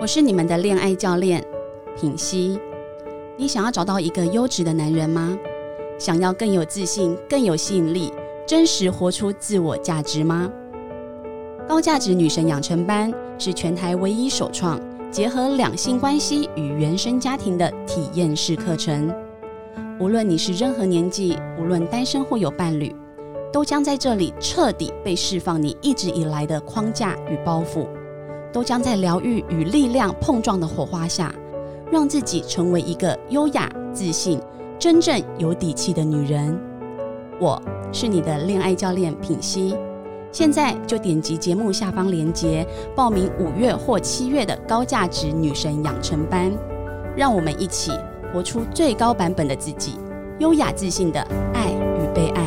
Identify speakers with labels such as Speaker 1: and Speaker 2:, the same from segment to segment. Speaker 1: 我是你们的恋爱教练品熙。你想要找到一个优质的男人吗？想要更有自信、更有吸引力，真实活出自我价值吗？高价值女神养成班是全台唯一首创结合两性关系与原生家庭的体验式课程。无论你是任何年纪，无论单身或有伴侣，都将在这里彻底被释放你一直以来的框架与包袱。都将在疗愈与力量碰撞的火花下，让自己成为一个优雅、自信、真正有底气的女人。我是你的恋爱教练品熙，现在就点击节目下方链接报名五月或七月的高价值女神养成班，让我们一起活出最高版本的自己，优雅自信的爱与被爱。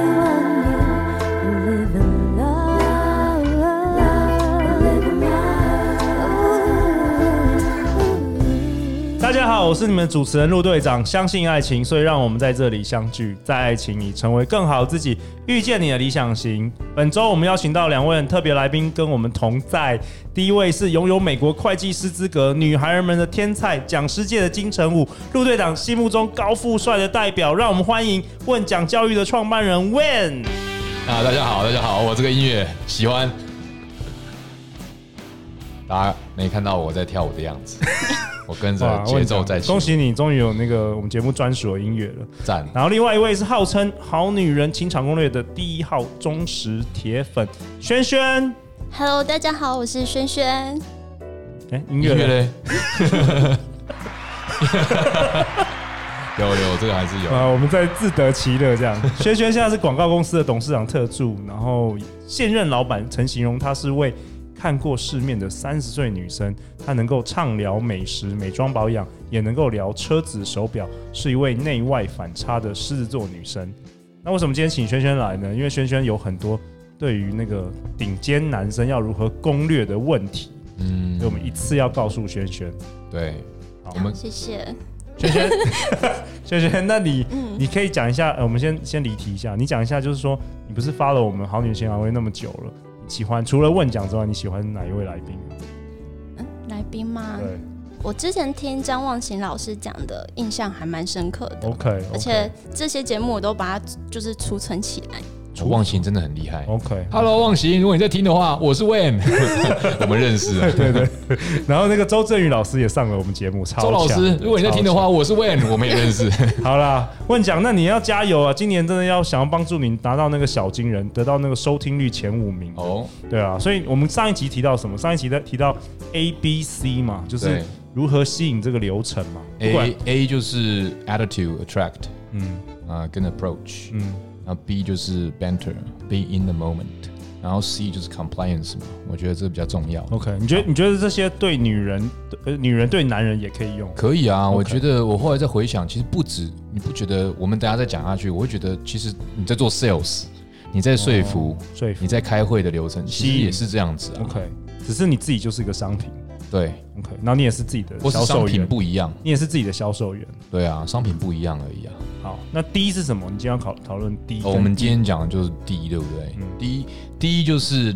Speaker 2: Only one you live in love. Live in love.
Speaker 3: 大家好，我是你们主持人陆队长。相信爱情，所以让我们在这里相聚，在爱情里成为更好自己，遇见你的理想型。本周我们邀请到两位很特别来宾，跟我们同在。第一位是拥有美国会计师资格、女孩儿们的天才、讲师界的金城武，陆队长心目中高富帅的代表。让我们欢迎问讲教育的创办人 Wen。
Speaker 4: 啊，大家好，大家好，我这个音乐喜欢。大家没看到我在跳舞的样 子，我跟着节奏在起舞
Speaker 3: 恭喜你，终于有那个我们节目专属的音乐了。
Speaker 4: 赞。
Speaker 3: 然后另外一位是号称《好女人情场攻略》的第一号忠实铁粉轩轩。
Speaker 5: Hello，大家好，我是轩轩。
Speaker 3: 哎，音
Speaker 4: 音
Speaker 3: 乐嘞？
Speaker 4: 乐嘞？ 有有，这个还是有。
Speaker 3: 啊，我们在自得其乐这样。 轩轩现在是广告公司的董事长特助，然后现任老板曾形容她是位看过世面的三十岁女生，她能够畅聊美食、美妆保养，也能够聊车子、手表，是一位内外反差的狮子座女生。那为什么今天请轩轩来呢？因为轩轩有很多对于那个顶尖男生要如何攻略的问题，
Speaker 4: 嗯
Speaker 3: 所以我们一次要告诉轩轩。
Speaker 4: 对，
Speaker 3: 好
Speaker 4: 我们
Speaker 5: 谢谢。
Speaker 3: 轩 轩，轩轩，那你、
Speaker 5: 嗯
Speaker 3: 你可以讲一下，呃我们先先离题一下，你讲一下，就是说你不是发了我们好女人情感会那么久了，你喜欢除了问讲之外，你喜欢哪一位来宾？
Speaker 5: 嗯，来宾吗？
Speaker 3: 对
Speaker 5: 我之前听张望琴老师讲的，印象还蛮深刻的。
Speaker 3: 哦，OK，
Speaker 5: 而且这些节目我都把它就是储存起来。
Speaker 4: 楚忘形真的很厉害。
Speaker 3: OK，
Speaker 4: Hello，忘形，如果你在听的话，我是 Wen，我 们认识 啊。
Speaker 3: 对对，然后那个周振宇老师也上了我们节目，超
Speaker 4: 周老
Speaker 3: 强
Speaker 4: 师，如果你在听的，
Speaker 3: 超
Speaker 4: 话，我是 Wen，我们也认 识。
Speaker 3: 强好啦，问讲，那你要加油啊！今年真的要想要帮助你拿到那个小金人，得到那个收听率前五名。
Speaker 4: 哦，
Speaker 3: 对啊，所以我们上一集提到什么？上一集在提到 A B C 嘛，就是
Speaker 4: 对
Speaker 3: 如何吸引这个流程嘛。不管
Speaker 4: ，A A 就是 attitude attract，
Speaker 3: 嗯
Speaker 4: 啊、跟 approach，
Speaker 3: 嗯
Speaker 4: 然后 B 就是 banter，be in the moment，然后 C 就是 compliance 嘛，我觉得这比较重要。
Speaker 3: ，OK，你觉得你觉得这些对女人，呃，女人对男人也可以用？
Speaker 4: 可以啊
Speaker 3: OK
Speaker 4: 我觉得我后来再回想，其实不止，你不觉得我们等一下再讲下去，我会觉得其实你在做 sales，你在说服，
Speaker 3: 说服
Speaker 4: 你在开会的流程，其
Speaker 3: 哦吸
Speaker 4: 实
Speaker 3: 引
Speaker 4: 也是这样子啊。
Speaker 3: OK，只是你自己就是一个商品
Speaker 4: 对，
Speaker 3: ，OK，然后你也是自己的
Speaker 4: 或是
Speaker 3: 销
Speaker 4: 商
Speaker 3: 售
Speaker 4: 品
Speaker 3: 员，
Speaker 4: 不一样，
Speaker 3: 你也是自己的销售员。
Speaker 4: 对啊，商品不一样而已啊。
Speaker 3: 好，那第一是什么？你今天要讨讨论第一嗯
Speaker 4: 哦
Speaker 3: 跟，
Speaker 4: 我们今天讲的就是第一，对不对？第一，第一就是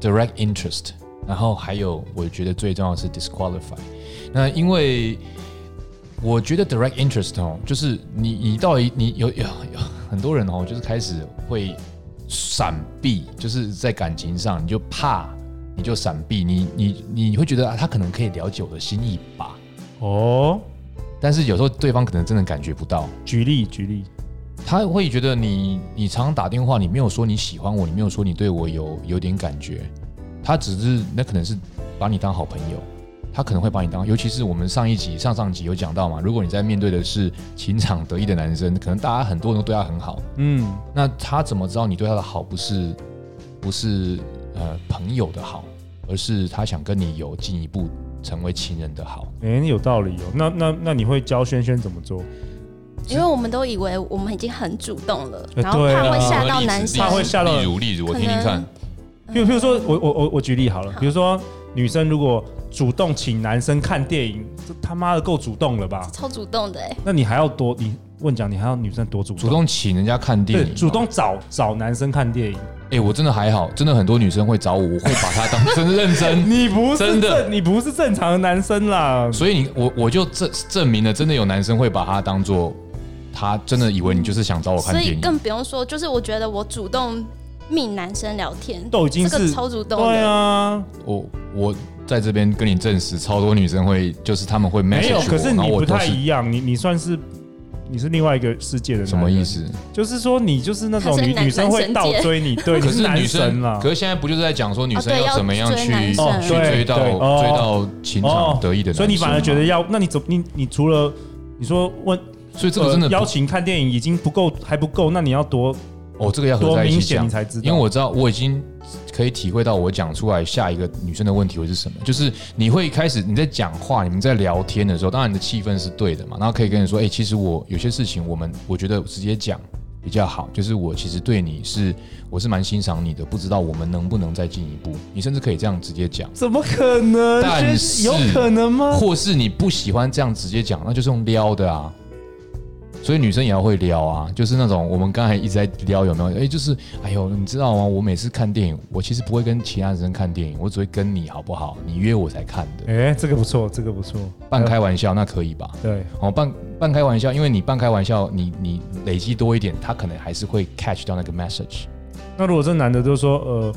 Speaker 4: direct interest，然后还有我觉得最重要的是 disqualify。那因为我觉得 direct interest 哦，就是你你到底你有有有很多人哦，就是开始会闪避，就是在感情上你就怕，你就闪避，你你你会觉得、啊、他可能可以了解我的心意吧，
Speaker 3: 哦，
Speaker 4: 但是有时候对方可能真的感觉不到。
Speaker 3: 举例举例，
Speaker 4: 他会觉得你，你常常打电话，你没有说你喜欢我，你没有说你对我有有点感觉，他只是那可能是把你当好朋友，他可能会把你当，尤其是我们上一集、上上集有讲到嘛，如果你在面对的是情场得意的男生，可能大家很多人都对他很好，
Speaker 3: 嗯
Speaker 4: 那他怎么知道你对他的好不是不是呃朋友的好，而是他想跟你有进一步成为情人的好？
Speaker 3: 哎、你有道理哦。那那那你会教轩轩怎么做？
Speaker 5: 因为我们都以为我们已经很主动了，
Speaker 3: 呃
Speaker 5: 然后
Speaker 3: 对啊
Speaker 5: 怕会吓到男
Speaker 4: 例子
Speaker 5: 生
Speaker 3: 怕。会吓到
Speaker 4: 例如例子，我听听看。
Speaker 3: 比如，比如说，我我我我举例好了，
Speaker 5: 呃好
Speaker 3: 比如说女生如果主动请男生看电影，这他妈的够主动了吧？
Speaker 5: 超主动的哎，
Speaker 3: 那你还要多，你问讲你还要女生多主动？
Speaker 4: 主动请人家看电
Speaker 3: 对，
Speaker 4: 影，
Speaker 3: 主动。找找男生看电影。
Speaker 4: 哎、我真的还好，真的很多女生会找我，我会把她当真认真。
Speaker 3: 你不是
Speaker 4: 真的
Speaker 3: 正你不是正常的男生啦。
Speaker 4: 所以你我我就证证明了，真的有男生会把她当做，他真的以为你就是想找我看
Speaker 5: 所
Speaker 4: 电
Speaker 5: 以
Speaker 4: 影。
Speaker 5: 更不用说，就是我觉得我主动命男生聊天，
Speaker 3: 都已经
Speaker 5: 这个
Speaker 3: 是
Speaker 5: 超主动
Speaker 3: 对
Speaker 5: 的，
Speaker 3: 啊，
Speaker 4: 我我在这边跟你证实，超多女生会就是他们会 message
Speaker 3: 没有，可
Speaker 4: 我
Speaker 3: 是
Speaker 4: 然后
Speaker 3: 你
Speaker 4: 我
Speaker 3: 不
Speaker 4: 都
Speaker 3: 太
Speaker 4: 是
Speaker 3: 一样，你你算是你是另外一个世界的男人
Speaker 4: 什么意？思？
Speaker 3: 就是说你就是那种
Speaker 5: 他是
Speaker 3: 女
Speaker 5: 男
Speaker 3: 女生会倒追你，对，
Speaker 4: 可
Speaker 3: 你
Speaker 4: 是
Speaker 3: 男
Speaker 4: 女
Speaker 3: 神
Speaker 4: 生
Speaker 3: 啦
Speaker 4: 可。是现在不就是在讲说女生
Speaker 5: 哦对
Speaker 4: 要
Speaker 5: 要
Speaker 4: 怎么样去
Speaker 5: 追男生
Speaker 3: 哦
Speaker 4: 去
Speaker 3: 对
Speaker 4: 追到
Speaker 3: 对哦
Speaker 4: 追到情场得意的男生吗
Speaker 3: 所以你反而觉得，要，那你怎么你你除了你说问
Speaker 4: 所以这个真的
Speaker 3: 呃
Speaker 4: 不
Speaker 3: 邀请看电影已经不够还不够，那你要多
Speaker 4: 哦，这个要合
Speaker 3: 多
Speaker 4: 在一
Speaker 3: 明
Speaker 4: 起
Speaker 3: 显
Speaker 4: 讲
Speaker 3: 你，才知道，
Speaker 4: 因为我知道我已经可以体会到我讲出来下一个女生的问题会是什么，就是你会开始你在讲话，你们在聊天的时候，当然你的气氛是对的嘛，然后可以跟你说，哎、其实我有些事情我们我觉得直接讲比较好，就是我其实对你是我是蛮欣赏你的，不知道我们能不能再进一步，你甚至可以这样直接讲。
Speaker 3: 怎么可能？
Speaker 4: 但是
Speaker 3: 有可能吗？
Speaker 4: 或是你不喜欢这样直接讲，那就是用撩的啊。所以女生也要会撩啊，就是那种我们刚才一直在撩有没有？哎、就是哎呦，你知道吗？我每次看电影，我其实不会跟其他人看电影，我只会跟你好不好？你约我才看的，
Speaker 3: 哎，这个不错，这个不错，
Speaker 4: 半开玩笑那可以吧？
Speaker 3: 对，
Speaker 4: 哦，半半开玩笑，因为你半开玩笑，你你累积多一点，他可能还是会 catch 到那个 message。
Speaker 3: 那如果这男的就说呃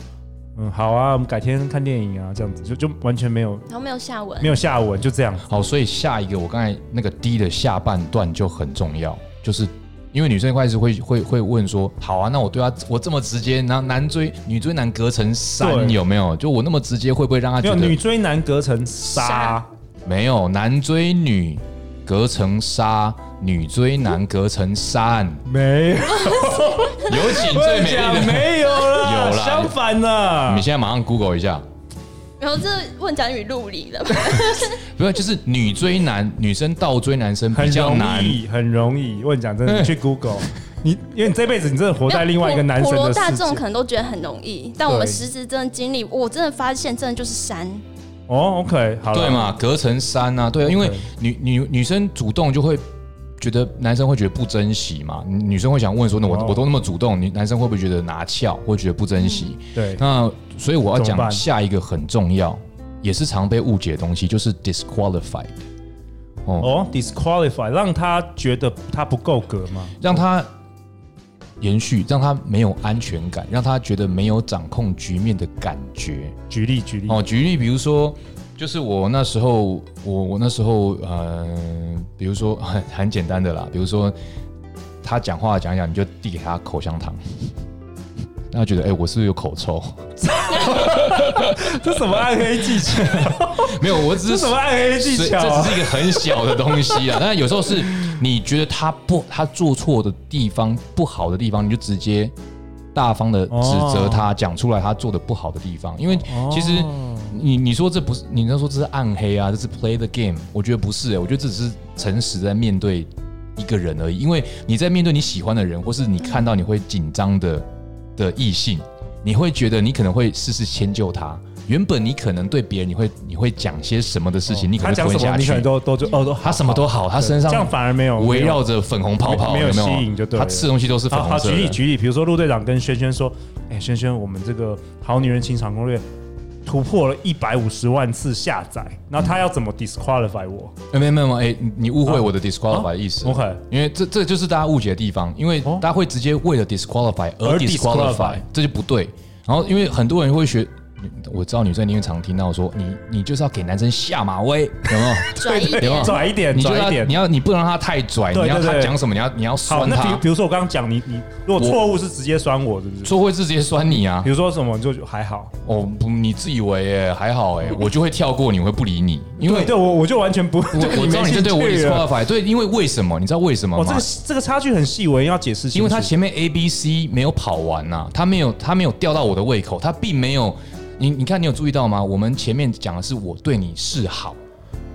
Speaker 3: 嗯好啊，我们改天看电影啊，这样子就就完全没有
Speaker 5: 然后没有下文
Speaker 3: 没，有下文，就这样。
Speaker 4: 好，所以下一个我刚才那个 D 的下半段就很重要，就是因为女生一开始会会会问说，好啊，那我对她我这么直接，然后男追女追男隔层山
Speaker 3: 对
Speaker 4: 有没有？就我那么直接会不会让她
Speaker 3: 没
Speaker 4: 觉
Speaker 3: 有
Speaker 4: 得
Speaker 3: 女追男隔层纱
Speaker 5: 纱，
Speaker 4: 没有男追女隔层纱，女追男隔层山，
Speaker 3: 没有，
Speaker 4: 有请最美丽的。
Speaker 3: 没有啦，
Speaker 4: 有啦
Speaker 3: 相反啦
Speaker 4: 你，现在马上 Google 一下，
Speaker 5: 然后这问讲语录里了吧，
Speaker 4: 不要就是女追男，女生倒追男生
Speaker 3: 很
Speaker 4: 比较
Speaker 3: 容
Speaker 4: 难。嗯
Speaker 3: 易，很容易。我跟你讲真的，你去 Google，你因为你这辈子你真的活在另外一个男
Speaker 5: 普
Speaker 3: 神
Speaker 5: 罗
Speaker 3: 的
Speaker 5: 大
Speaker 3: 世
Speaker 5: 众可
Speaker 3: 界。
Speaker 5: 能都觉得很容易，但我们
Speaker 3: 对
Speaker 5: 实质真的经历，我真的发现真的就是山，
Speaker 3: 哦，OK，好了，
Speaker 4: 对嘛，隔层山啊，对啊，因为
Speaker 3: 对
Speaker 4: 女女女生主动就会觉得男生会觉得不珍惜嘛，女女生会想问说，那我、
Speaker 3: 哦
Speaker 4: 我都那么主动，你男生会不会觉得拿翘，会觉得不珍惜？
Speaker 3: 对，
Speaker 4: 那所以我要
Speaker 3: 嗯怎么
Speaker 4: 讲
Speaker 3: 办
Speaker 4: 下一个很重要，也是常被误解的东西，就是 disqualified。哦，
Speaker 3: 哦，disqualify，让他觉得他不够格吗？
Speaker 4: 让
Speaker 3: 哦
Speaker 4: 他延续，让他没有安全感，让他觉得没有掌控局面的感觉。
Speaker 3: 举例举例，
Speaker 4: 哦，举例，比如说，就是我那时候，我我那时候，呃，比如说 很很简单的啦，比如说他讲话讲一讲，你就递给他口香糖， 那他觉得，哎、我是不是有口臭？
Speaker 3: 这什么暗黑技巧？
Speaker 4: 没有，我只
Speaker 3: 这
Speaker 4: 是
Speaker 3: 什么暗黑技
Speaker 4: 所以
Speaker 3: 巧
Speaker 4: 这只
Speaker 3: 啊？
Speaker 4: 是一个很小的东西啊。 但有时候是你觉得他不，他做错的地方、不好的地方，你就直接大方的指责他，讲、出来他做的不好的地方。因为
Speaker 3: 哦
Speaker 4: 其实你你说这不是，你那说这是暗黑啊，这是 play the game，我觉得不是、欸，我觉得这只是诚实在面对一个人而已。因为你在面对你喜欢的人，或是你看到你会紧张的的异性，你会觉得你可能会事事迁就他。原本你可能对别人你会你会讲些什么的事情，你
Speaker 3: 哦
Speaker 4: 可
Speaker 3: 他
Speaker 4: 能
Speaker 3: 讲
Speaker 4: 吞
Speaker 3: 什么
Speaker 4: 下
Speaker 3: 你可
Speaker 4: 去
Speaker 3: 能。都都就哦都好
Speaker 4: 他什么都好，他身上
Speaker 3: 这样反而没有
Speaker 4: 围绕着粉红泡泡，
Speaker 3: 没有
Speaker 4: 有
Speaker 3: 吸引就对了
Speaker 4: 他吃东西都是粉
Speaker 3: 好
Speaker 4: 红
Speaker 3: 好，
Speaker 4: 色
Speaker 3: 啊举
Speaker 4: 的
Speaker 3: 例。举例，比如说陆队长跟轩轩说：“哎、轩轩，我们这个《好女人情场攻略》哎突破了一百五十万次下载，然后他要怎么 disqualify 我
Speaker 4: 哎没有没有没有，哎，你你误会我的 disqualify
Speaker 3: 啊
Speaker 4: 的意思。
Speaker 3: ？OK，
Speaker 4: 因为这这就是大家误解的地方，因为
Speaker 3: 哦
Speaker 4: 大家会直接为了 disqualify 而
Speaker 3: 而
Speaker 4: disqualify，
Speaker 3: disqualify
Speaker 4: 这就不对。然后因为很多人会学，我知道女生一定常听到说，你你就是要给男生下马威，有 没有？
Speaker 5: 拽一
Speaker 4: 有没有
Speaker 5: 点，
Speaker 3: 哎拽一点，
Speaker 4: 你就
Speaker 3: 拽一
Speaker 4: 要
Speaker 3: 点
Speaker 4: 你。要你不能让他太拽，
Speaker 3: 对
Speaker 4: 你要
Speaker 3: 对对
Speaker 4: 他讲什么，你要你要
Speaker 3: 好，
Speaker 4: 酸
Speaker 3: 那比
Speaker 4: 他
Speaker 3: 比，如说我刚刚讲，你你如果
Speaker 4: 我
Speaker 3: 错误是直接酸我，是不是？
Speaker 4: 说会是直接酸你啊
Speaker 3: 比。如说什么你就就还好，
Speaker 4: 哦，不，你自以为耶还好 哎，我就会跳过你，我会不理你，因为
Speaker 3: 对对我我就完全不，
Speaker 4: 我我知道你这对我
Speaker 3: 也
Speaker 4: disqualify，对，因为为什么？你知道为什么
Speaker 3: 哦，这
Speaker 4: 吗
Speaker 3: 个？这个差距很细微，要解释清楚。
Speaker 4: 因为他前面 A、B、C 没有跑完呐、他没有他没有吊到我的胃口，他并没有。你你看，你有注意到吗？我们前面讲的是我对你示好，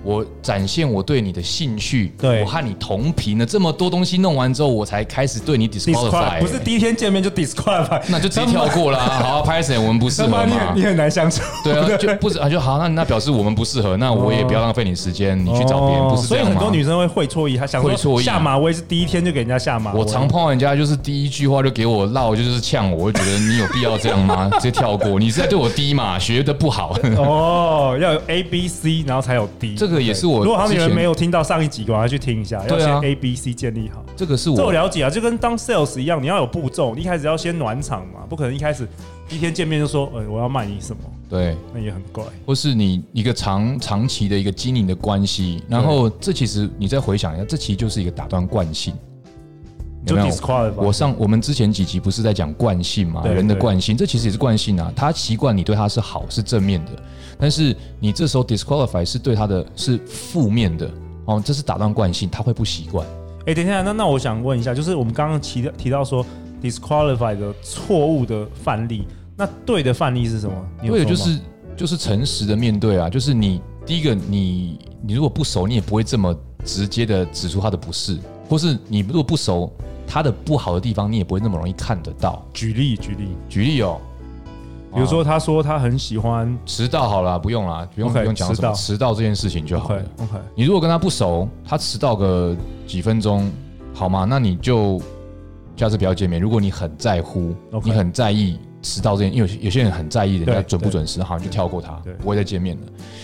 Speaker 4: 我展现我对你的兴趣，
Speaker 3: 对
Speaker 4: 我和你同频的这么多东西弄完之后，我才开始对你 disqualify，
Speaker 3: disqualify 不是第一天见面就 disqualify，
Speaker 4: 那就直接跳过啦。好、啊，拍谁我们不适
Speaker 3: 他
Speaker 4: 合
Speaker 3: 妈你
Speaker 4: 嘛
Speaker 3: 很你？很难相处，
Speaker 4: 对啊，就不是啊，就好，那那表示我们不适合，那我也不要浪费你时间，你去找别人，不是这
Speaker 3: 所以
Speaker 4: 样
Speaker 3: 很多
Speaker 4: 吗？
Speaker 3: 女生会会错意，她想
Speaker 4: 会错
Speaker 3: 说
Speaker 4: 意
Speaker 3: 下马威是第一天就给人家下马威。
Speaker 4: 啊我常碰到人家就是第一句话就给我唠，就是呛我，我就觉得你有必要这样吗？ 直接跳过，你是在对我低嘛？学的不好，
Speaker 3: 哦，要有 A B C，然后才有 D。
Speaker 4: 这个也是我
Speaker 3: 如果他们有
Speaker 4: 之
Speaker 3: 人
Speaker 4: 前
Speaker 3: 没有听到上一集，赶快去听一下，要
Speaker 4: 对啊
Speaker 3: 先 A B C 建立好。
Speaker 4: 这个是
Speaker 3: 这我
Speaker 4: 我
Speaker 3: 了解啊，就跟当 sales 一样，你要有步骤，你一开始要先暖场嘛，不可能一开始第一天见面就说，呃，我要卖你什么，
Speaker 4: 对。
Speaker 3: 那也很怪。
Speaker 4: 或是你一个长长期的一个经营的关系，然后这其实你再回想一下，这其实就是一个打断惯性。
Speaker 3: 你就
Speaker 4: 有没有
Speaker 3: disqualify
Speaker 4: 我上我们之前几集不是在讲惯性嘛，
Speaker 3: 对
Speaker 4: 人的惯性，这其实也是惯性啊。他习惯你对他是好是正面的，但是你这时候 disqualify 是对他的是负面的哦，这是打断惯性，他会不习惯。
Speaker 3: 哎、等一下，那那我想问一下，就是我们刚刚提到提到说 disqualify 的错误的范例，那对的范例是什么？你有
Speaker 4: 对的，就
Speaker 3: 说吗
Speaker 4: 是就是诚实的面对啊，就是你第一个你你如果不熟，你也不会这么直接的指出他的不是，或是你如果不熟他的不好的地方，你也不会那么容易看得到。
Speaker 3: 举例举例，
Speaker 4: 举例啊哦，
Speaker 3: 比如说他说他很喜欢
Speaker 4: 迟到好了，不用啦，不用
Speaker 3: OK，
Speaker 4: 不用讲什么
Speaker 3: 迟
Speaker 4: 迟到这件事情就好
Speaker 3: ，OK
Speaker 4: 了。
Speaker 3: OK，
Speaker 4: 你如果跟他不熟，他迟到个几分钟，好吗？那你就下次不要见面。如果你很在乎
Speaker 3: OK
Speaker 4: 你很在意迟到这件，因为有些有些人很在意人家
Speaker 3: 对
Speaker 4: 准不准时，好像就跳过他
Speaker 3: 对，
Speaker 4: 不会再见面了。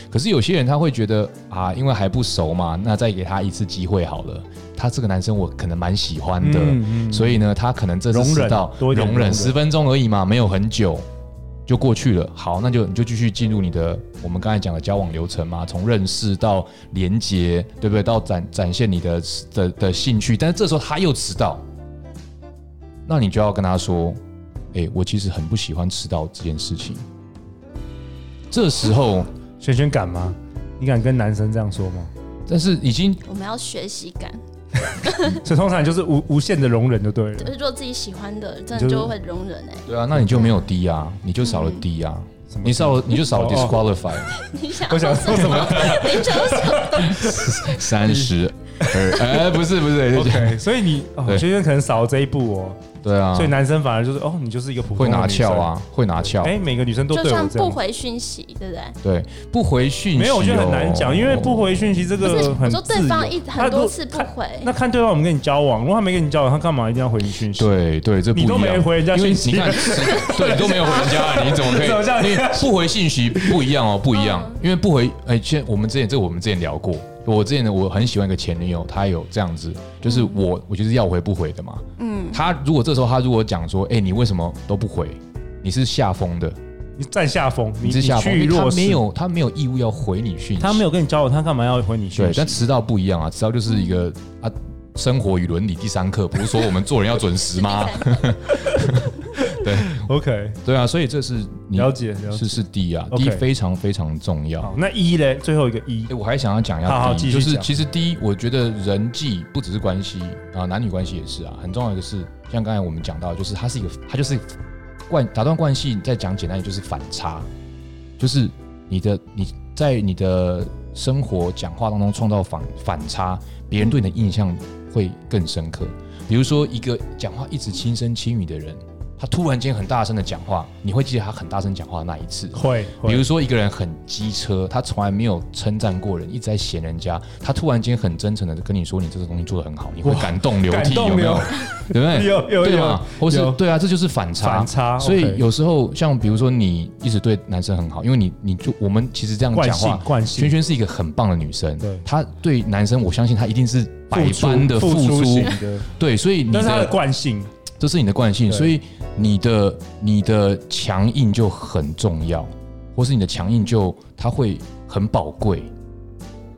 Speaker 4: 可是有些人他会觉得啊，因为还不熟嘛，那再给他一次机会好了。他这个男生我可能蛮喜欢的，
Speaker 3: 嗯嗯
Speaker 4: 所以呢，他可能这次
Speaker 3: 容忍
Speaker 4: 迟到
Speaker 3: 多一点
Speaker 4: 容
Speaker 3: 容忍
Speaker 4: 忍十分钟而已嘛，没有很久。就过去了。好，那就你就继续进入你的我们刚才讲的交往流程嘛，从认识到连接，对不对？到展展现你的的的兴趣，但是这时候他又迟到，那你就要跟他说：“哎、我其实很不喜欢迟到这件事情。”这时候，
Speaker 3: 轩轩敢吗？你敢跟男生这样说吗？
Speaker 4: 但是已经
Speaker 5: 我们要学习感，
Speaker 3: 所以通常就是无无限的容忍就对
Speaker 5: 就
Speaker 3: 了
Speaker 5: 是，做自己喜欢的，真
Speaker 3: 就是
Speaker 5: 的就会容忍 哎、
Speaker 4: 对啊，那你就没有低啊，你就少了低啊，
Speaker 3: 什么
Speaker 4: 你少了你就少了
Speaker 3: 哦
Speaker 4: disqualify
Speaker 5: 你想
Speaker 3: 我 想说什么
Speaker 5: 啊你想说
Speaker 4: 三十 二，哎，不是不是，就这样
Speaker 3: ？OK，所以你哦，
Speaker 4: 对
Speaker 3: 轩轩可能少了这一步哦，
Speaker 4: 对啊
Speaker 3: 所，以男生反而就是哦，你就是一个普通的
Speaker 4: 会拿
Speaker 3: 女生
Speaker 4: 翘。啊，会拿翘，
Speaker 3: 哎，每个女生都
Speaker 5: 就
Speaker 3: 对我
Speaker 5: 算
Speaker 3: 这
Speaker 5: 不
Speaker 3: 样，
Speaker 5: 回讯息，对不对？
Speaker 4: 对，不回讯息、哦
Speaker 3: 没有，我觉得很难讲，因为不。回讯息这
Speaker 5: 不是
Speaker 3: 个，
Speaker 5: 我
Speaker 3: 呃很
Speaker 5: 说对
Speaker 3: 自
Speaker 5: 方
Speaker 3: 由啊
Speaker 5: 一
Speaker 3: 他
Speaker 5: 很
Speaker 3: 如果
Speaker 5: 多次不回，
Speaker 3: 那看对方有没有跟你交往，如果他没跟你交往，他干嘛一定要回你讯息？，
Speaker 4: 对对，这不一
Speaker 3: 你都
Speaker 4: 样
Speaker 3: 没回人家
Speaker 4: 因为
Speaker 3: 讯息
Speaker 4: 你看， 对，你都没有回人家，你怎么可以？
Speaker 3: 怎么这样
Speaker 4: 因为不回信息不一样哦，不一样。因为不回，哎，现我们之前这个我们之前聊过，我之前呢，我很喜欢一个前女友，她有这样子，就是我我就是要回不回的嘛。嗯，她如果这时候她如果讲说，哎，你为什么都不回？你是下风的，
Speaker 3: 你占下风，你
Speaker 4: 你是下风，
Speaker 3: 去
Speaker 4: 因为她
Speaker 3: 弱势，
Speaker 4: 没，有她没有义务要回你讯息，
Speaker 3: 他没有跟你交往，他干嘛要回你讯
Speaker 4: 对，
Speaker 3: 息？
Speaker 4: 但迟到不一样啊，迟到就是一个啊，生活与伦理第三课，不是说我们做人要准时 吗？
Speaker 3: OK，
Speaker 4: 对啊，所以这是你
Speaker 3: 了解了解
Speaker 4: 是。是 D 啊
Speaker 3: OK
Speaker 4: ，D 非常非常重要。
Speaker 3: 好，那一嘞，最后一个一
Speaker 4: 哎，我还想要讲一
Speaker 3: 好好
Speaker 4: 下 D，
Speaker 3: 继续
Speaker 4: 就是
Speaker 3: 讲
Speaker 4: 其实 D，我觉得人际不只是关系啊，男女关系也是啊，很重要的是，像刚才我们讲到，就是它是一个，它就是惯打断惯性，再讲简单点就是反差，就是你的你在你的生活讲话当中创造反反差，别人对你的印象会更深刻。比如说一个讲话一直轻声轻语的人，他突然间很大声的讲话，你会记得他很大声讲话的那一次。
Speaker 3: 会，
Speaker 4: 比如
Speaker 3: 会
Speaker 4: 说一个人很机车，他从来没有称赞过人，一直在嫌人家，他突然间很真诚的跟你说你这个东西做的很好，你会感动流
Speaker 3: 感
Speaker 4: 涕，
Speaker 3: 动
Speaker 4: 有没有
Speaker 3: 流？
Speaker 4: 对不 对？
Speaker 3: 有有
Speaker 4: 对
Speaker 3: 有
Speaker 4: 嘛？或是
Speaker 3: 有
Speaker 4: 对啊，这就是反差。
Speaker 3: 反差
Speaker 4: 所
Speaker 3: OK
Speaker 4: 以有时候像比如说你一直对男生很好，因为你你就我们其实这样
Speaker 3: 惯
Speaker 4: 讲
Speaker 3: 性
Speaker 4: 话，
Speaker 3: 惯
Speaker 4: 萱
Speaker 3: 性，
Speaker 4: 萱是一个很棒的女生
Speaker 3: 对，
Speaker 4: 她对男生我相信她一定是百
Speaker 3: 付出
Speaker 4: 般的付
Speaker 3: 出
Speaker 4: 出
Speaker 3: 型，的，
Speaker 4: 对，所以你
Speaker 3: 但是他的
Speaker 4: 的
Speaker 3: 惯性
Speaker 4: 这是你的惯性，
Speaker 3: 对
Speaker 4: 所以你的你的强硬就很重要，或是你的强硬就它会很宝贵。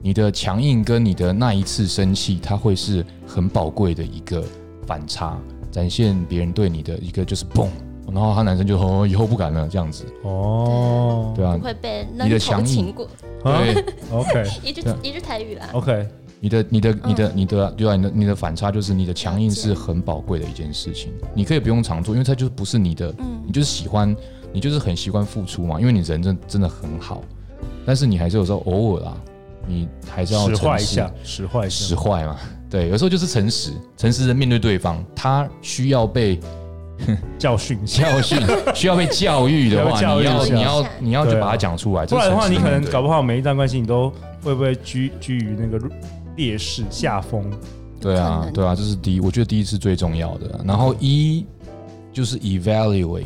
Speaker 4: 你的强硬跟你的那一次生气，它会是很宝贵的一个反差，展现别人对你的一个就是嘣，然后他男生就哦以后不敢了这样子，
Speaker 3: 哦，
Speaker 4: 对啊
Speaker 5: 不，会被
Speaker 4: 你的
Speaker 5: 扔头
Speaker 4: 强硬
Speaker 5: 擒过，
Speaker 3: 啊
Speaker 4: 对，
Speaker 3: ，OK
Speaker 5: 一句
Speaker 4: 对啊
Speaker 5: 一句台语啦。
Speaker 3: OK，
Speaker 4: 你的你的
Speaker 5: 嗯
Speaker 4: 你的你的对啊，你的你的反差就是你的强硬
Speaker 5: 了解
Speaker 4: 是很宝贵的一件事情，你可以不用常做，因为它就是不是你的，
Speaker 5: 嗯
Speaker 4: 你就是喜欢，你就是很习惯付出嘛，因为你人真真的很好，但是你还是有时候偶尔啦，啊你还是要
Speaker 3: 使
Speaker 4: 诚
Speaker 3: 坏一
Speaker 4: 实
Speaker 3: 下，使坏一下，
Speaker 4: 使坏嘛。对，有时候就是诚实，诚实的面对对方，他需 要被
Speaker 3: 教训一下。
Speaker 4: 教训，需要被教育的话，
Speaker 3: 要
Speaker 4: 你
Speaker 3: 被
Speaker 4: 要
Speaker 3: 教育一下
Speaker 4: 你要你要
Speaker 3: 对
Speaker 4: 就
Speaker 3: 啊
Speaker 4: 把它讲出来，
Speaker 3: 不然的话，你可能搞
Speaker 4: 不
Speaker 3: 不好每一段关系你都会不会居居于那个劣势下风？
Speaker 4: 对啊
Speaker 5: 可能
Speaker 4: 对啊，这是第一，我觉得第一是最重要的。然后一就是 evaluate，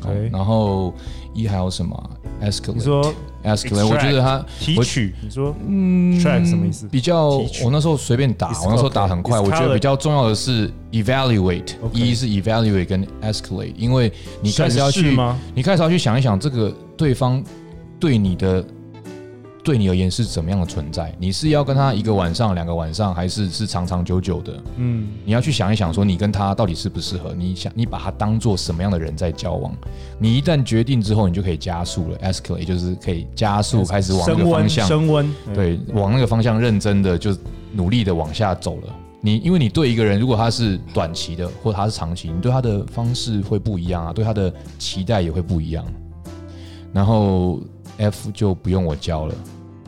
Speaker 4: 好
Speaker 3: OK
Speaker 4: 然后一还有什么啊？escalate，
Speaker 3: 你说
Speaker 4: escalate，我觉得他
Speaker 3: 提
Speaker 4: 我
Speaker 3: 取，你说
Speaker 4: 嗯
Speaker 3: track 什么意思
Speaker 4: 比较，
Speaker 3: 提取
Speaker 4: 我那时候随便打，
Speaker 3: It's
Speaker 4: 我那时候打很快。
Speaker 3: okay. It's
Speaker 4: 我觉
Speaker 3: colored.
Speaker 4: 得比较重要的是 evaluate，
Speaker 3: Okay.
Speaker 4: 一是 evaluate 跟 escalate，因为你开始要
Speaker 3: 审视
Speaker 4: 去，
Speaker 3: 吗？
Speaker 4: 你开始要去想一想这个对方对你的。对你而言是怎么样的存在？你是要跟他一个晚上、两个晚上，还是是长长久久的？
Speaker 3: 嗯，
Speaker 4: 你要去想一想，说你跟他到底适不适合？你想，你把他当做什么样的人在交往？你一旦决定之后，你就可以加速了，escalate 就是可以加速开始往那
Speaker 3: 升
Speaker 4: 个方
Speaker 3: 温，
Speaker 4: 向。
Speaker 3: 升温，嗯，
Speaker 4: 对，往那个方向认真的就努力的往下走了。你因为你对一个人，如果他是短期的，或者他是长期，你对他的方式会不一样啊，对他的期待也会不一样。然后 F 就不用我教了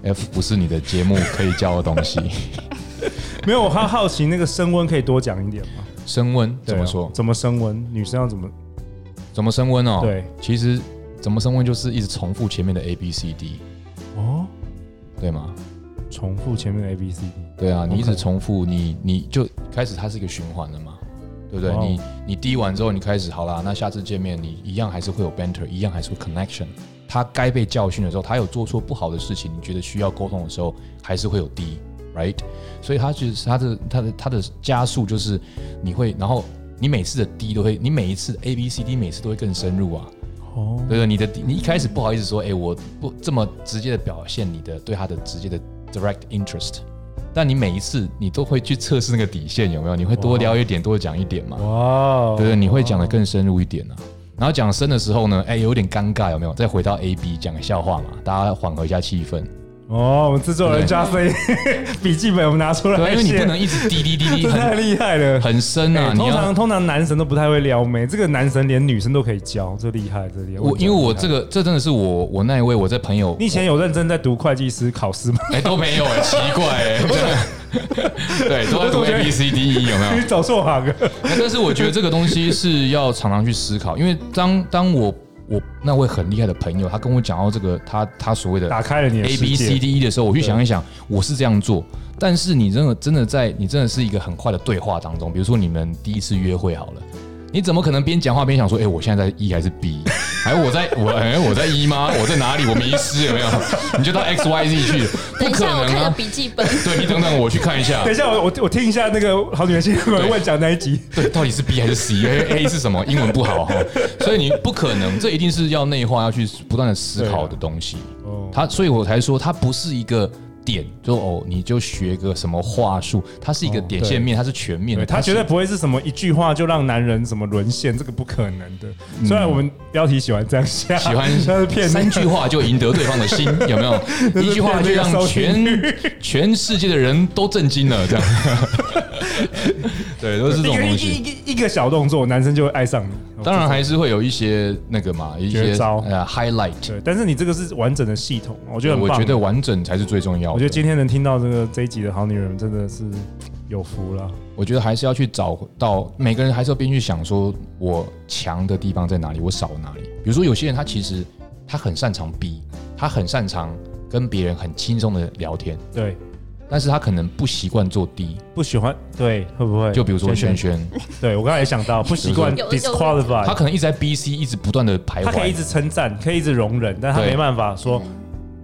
Speaker 4: ，F 不是你的节目可以教的东西。
Speaker 3: 没有，我好好奇那个升温可以多讲一点吗？
Speaker 4: 升温
Speaker 3: 对
Speaker 4: 怎
Speaker 3: 啊
Speaker 4: 么说？
Speaker 3: 怎么升温？女生要怎么？
Speaker 4: 怎么升温哦？，
Speaker 3: 对，
Speaker 4: 其实怎么升温就是一直重复前面的 A B C D，
Speaker 3: 哦，
Speaker 4: 对吗？
Speaker 3: 重复前面的 A B C D，
Speaker 4: 对啊，你一
Speaker 3: OK
Speaker 4: 直重复，你你就开始它是一个循环了嘛，对不对？
Speaker 3: 哇哦
Speaker 4: 你你滴完之后，你开始好啦，那下次见面你一样还是会有 banter，一样还是会 connection。他该被教训的时候，他有做错不好的事情，你觉得需要沟通的时候，还是会有滴 right？所以他就是他的他的他的加速就是你会，然后你每次的滴都会，你每一次 A B C D 每次都会更深入啊。
Speaker 3: 哦，
Speaker 4: 对对，你的你一开始不好意思说，哎、我不这么直接的表现你的对他的直接的 direct interest，但你每一次你都会去测试那个底线有没有，你会多聊一点，多讲一点嘛，
Speaker 3: 哇，哦
Speaker 4: 对对，你会讲的更深入一点啊。然后讲深的时候呢，哎、有点尴尬，有没有？再回到 A B 讲个笑话嘛，大家缓和一下气氛。
Speaker 3: 哦，我们制作人加菲 笔记本我们拿出来
Speaker 4: 对啊，
Speaker 3: 写，
Speaker 4: 因为你不能一直滴滴滴 滴，
Speaker 3: 这太
Speaker 4: 很
Speaker 3: 厉害了。
Speaker 4: 很深啊。
Speaker 3: 哎
Speaker 4: 你
Speaker 3: 通
Speaker 4: 要
Speaker 3: 常通常男神都不太会撩妹，这个男神连女生都可以教，这厉害，这厉害。
Speaker 4: 我因为我这
Speaker 3: 个，
Speaker 4: 个这真的是我我那一位我在朋友，
Speaker 3: 你以前有认真在读会计师考试吗？
Speaker 4: 哎、都没有哎、奇怪哎、 对，对，都在读
Speaker 3: 我总觉得
Speaker 4: A B C D E 有没有
Speaker 3: 你？走错行啊了。
Speaker 4: 那 但是我觉得这个东西是要常常去思考，因为当当我我那位很厉害的朋友，他跟我讲到这个他他所谓的
Speaker 3: 打开了你的
Speaker 4: A
Speaker 3: 世
Speaker 4: B
Speaker 3: 界
Speaker 4: C D E 的时候，我去想一想，我是这样做，但是你真的真的在你真的是一个很快的对话当中，比如说你们第一次约会好了。你怎么可能边讲话边想说，哎、我现在在 E 还是 B？哎， 我在我哎、我在 E 吗？我在哪里？我迷失有没有？你就到 X Y Z 去了，不
Speaker 5: 等一
Speaker 4: 可
Speaker 5: 下，我
Speaker 4: 能
Speaker 5: 看个
Speaker 4: 啊！
Speaker 5: 笔记本，
Speaker 4: 对你等等，我去看一下
Speaker 3: 等。一下，我我我听一下那个好女人新闻问讲那一集。
Speaker 4: 对，到底是 B 还是 C？A 是什么？英文不好哈，所以你不可能，这一定是要内化，要去不断的思
Speaker 3: 啊
Speaker 4: 考的东西。
Speaker 3: 哦，
Speaker 4: 它，所以我才说它不是一个点，就哦，你就学个什么话术，它是一个
Speaker 3: 哦
Speaker 4: 点
Speaker 3: 对
Speaker 4: 线面，它是全面的。
Speaker 3: 对他
Speaker 4: 它
Speaker 3: 绝
Speaker 4: 是
Speaker 3: 对不会是什么一句话就让男人什么沦陷，这个不可能的。虽然我们标题喜欢这样下，
Speaker 4: 嗯喜欢
Speaker 3: 但是骗
Speaker 4: 三
Speaker 3: 人。
Speaker 4: 句话就赢得对方的心，有 没有？
Speaker 3: 是
Speaker 4: 一句话就让
Speaker 3: 骗那
Speaker 4: 全全世界的人都震惊了，这 样。对，都是
Speaker 3: 一
Speaker 4: 这种
Speaker 3: 个一个
Speaker 4: 东
Speaker 3: 一
Speaker 4: 西。
Speaker 3: 个一个小动作，男生就会爱上你。哦
Speaker 4: 当然还是会有一些那个嘛，一
Speaker 3: 绝
Speaker 4: 些
Speaker 3: 招
Speaker 4: 呃 highlight。
Speaker 3: 对，但是你这个是完整的系统，我觉得很
Speaker 4: 我
Speaker 3: 棒。
Speaker 4: 觉得完整才是最重要的。
Speaker 3: 我觉得今天能听到这个这一集的好女人真的是有福了。
Speaker 4: 我觉得还是要去找到每个人，还是要边去想说我强的地方在哪里，我少哪里。比如说有些人他其实他很擅长 B，他很擅长跟别人很轻松的聊天，
Speaker 3: 对，
Speaker 4: 但是他可能不习惯做 D。
Speaker 3: 不喜欢对会不会？
Speaker 4: 就比如
Speaker 3: 真
Speaker 4: 说
Speaker 3: 的
Speaker 4: 轩，轩，
Speaker 3: 对我刚才也想到不习惯
Speaker 5: 有有
Speaker 3: disqualify，
Speaker 4: 他可能一直在 B、C 一直不断的徘徊，
Speaker 3: 他可以一直称赞，可以一直容忍，但他
Speaker 4: 对
Speaker 3: 没办法说，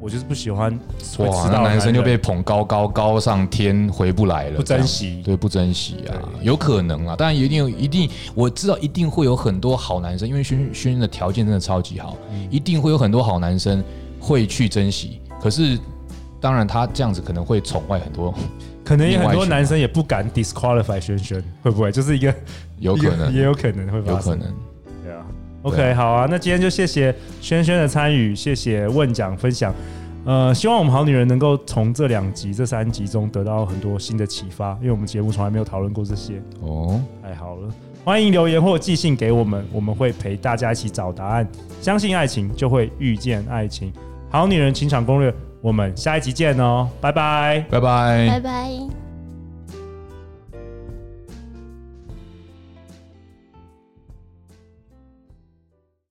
Speaker 3: 我就是不喜欢会
Speaker 4: 哇
Speaker 3: 迟，
Speaker 4: 那
Speaker 3: 到的
Speaker 4: 男生就被
Speaker 3: 人
Speaker 4: 捧高高高上天，回不来了，
Speaker 3: 不
Speaker 4: 这样
Speaker 3: 珍惜。
Speaker 4: 对，不珍惜啊，有可能啊，当然一定有一定，我知道一定会有很多好男生，因为轩轩的条件真的超级好，一定会有很多好男生会去珍惜。可是，当然他这样子可能会宠坏很多，
Speaker 3: 可能有很
Speaker 4: 另外
Speaker 3: 多
Speaker 4: 一群
Speaker 3: 男生也不敢 disqualify 轩轩，会不会就是一个
Speaker 4: 有可
Speaker 3: 一个也
Speaker 4: 能，
Speaker 3: 有可能会
Speaker 4: 有
Speaker 3: 发
Speaker 4: 可
Speaker 3: 生。
Speaker 4: 能。
Speaker 3: 对啊，OK，好啊，那今天就谢谢轩轩的参与，谢谢问讲分享。呃，希望我们好女人能够从这两集、这三集中得到很多新的启发，因为我们节目从来没有讨论过这些。
Speaker 4: 哦，
Speaker 3: 太哎好了，欢迎留言或寄信给我们，我们会陪大家一起找答案。相信爱情，就会遇见爱情。好女人情场攻略，
Speaker 6: 我们下一集见哦，拜拜。
Speaker 3: 拜拜
Speaker 4: 拜拜。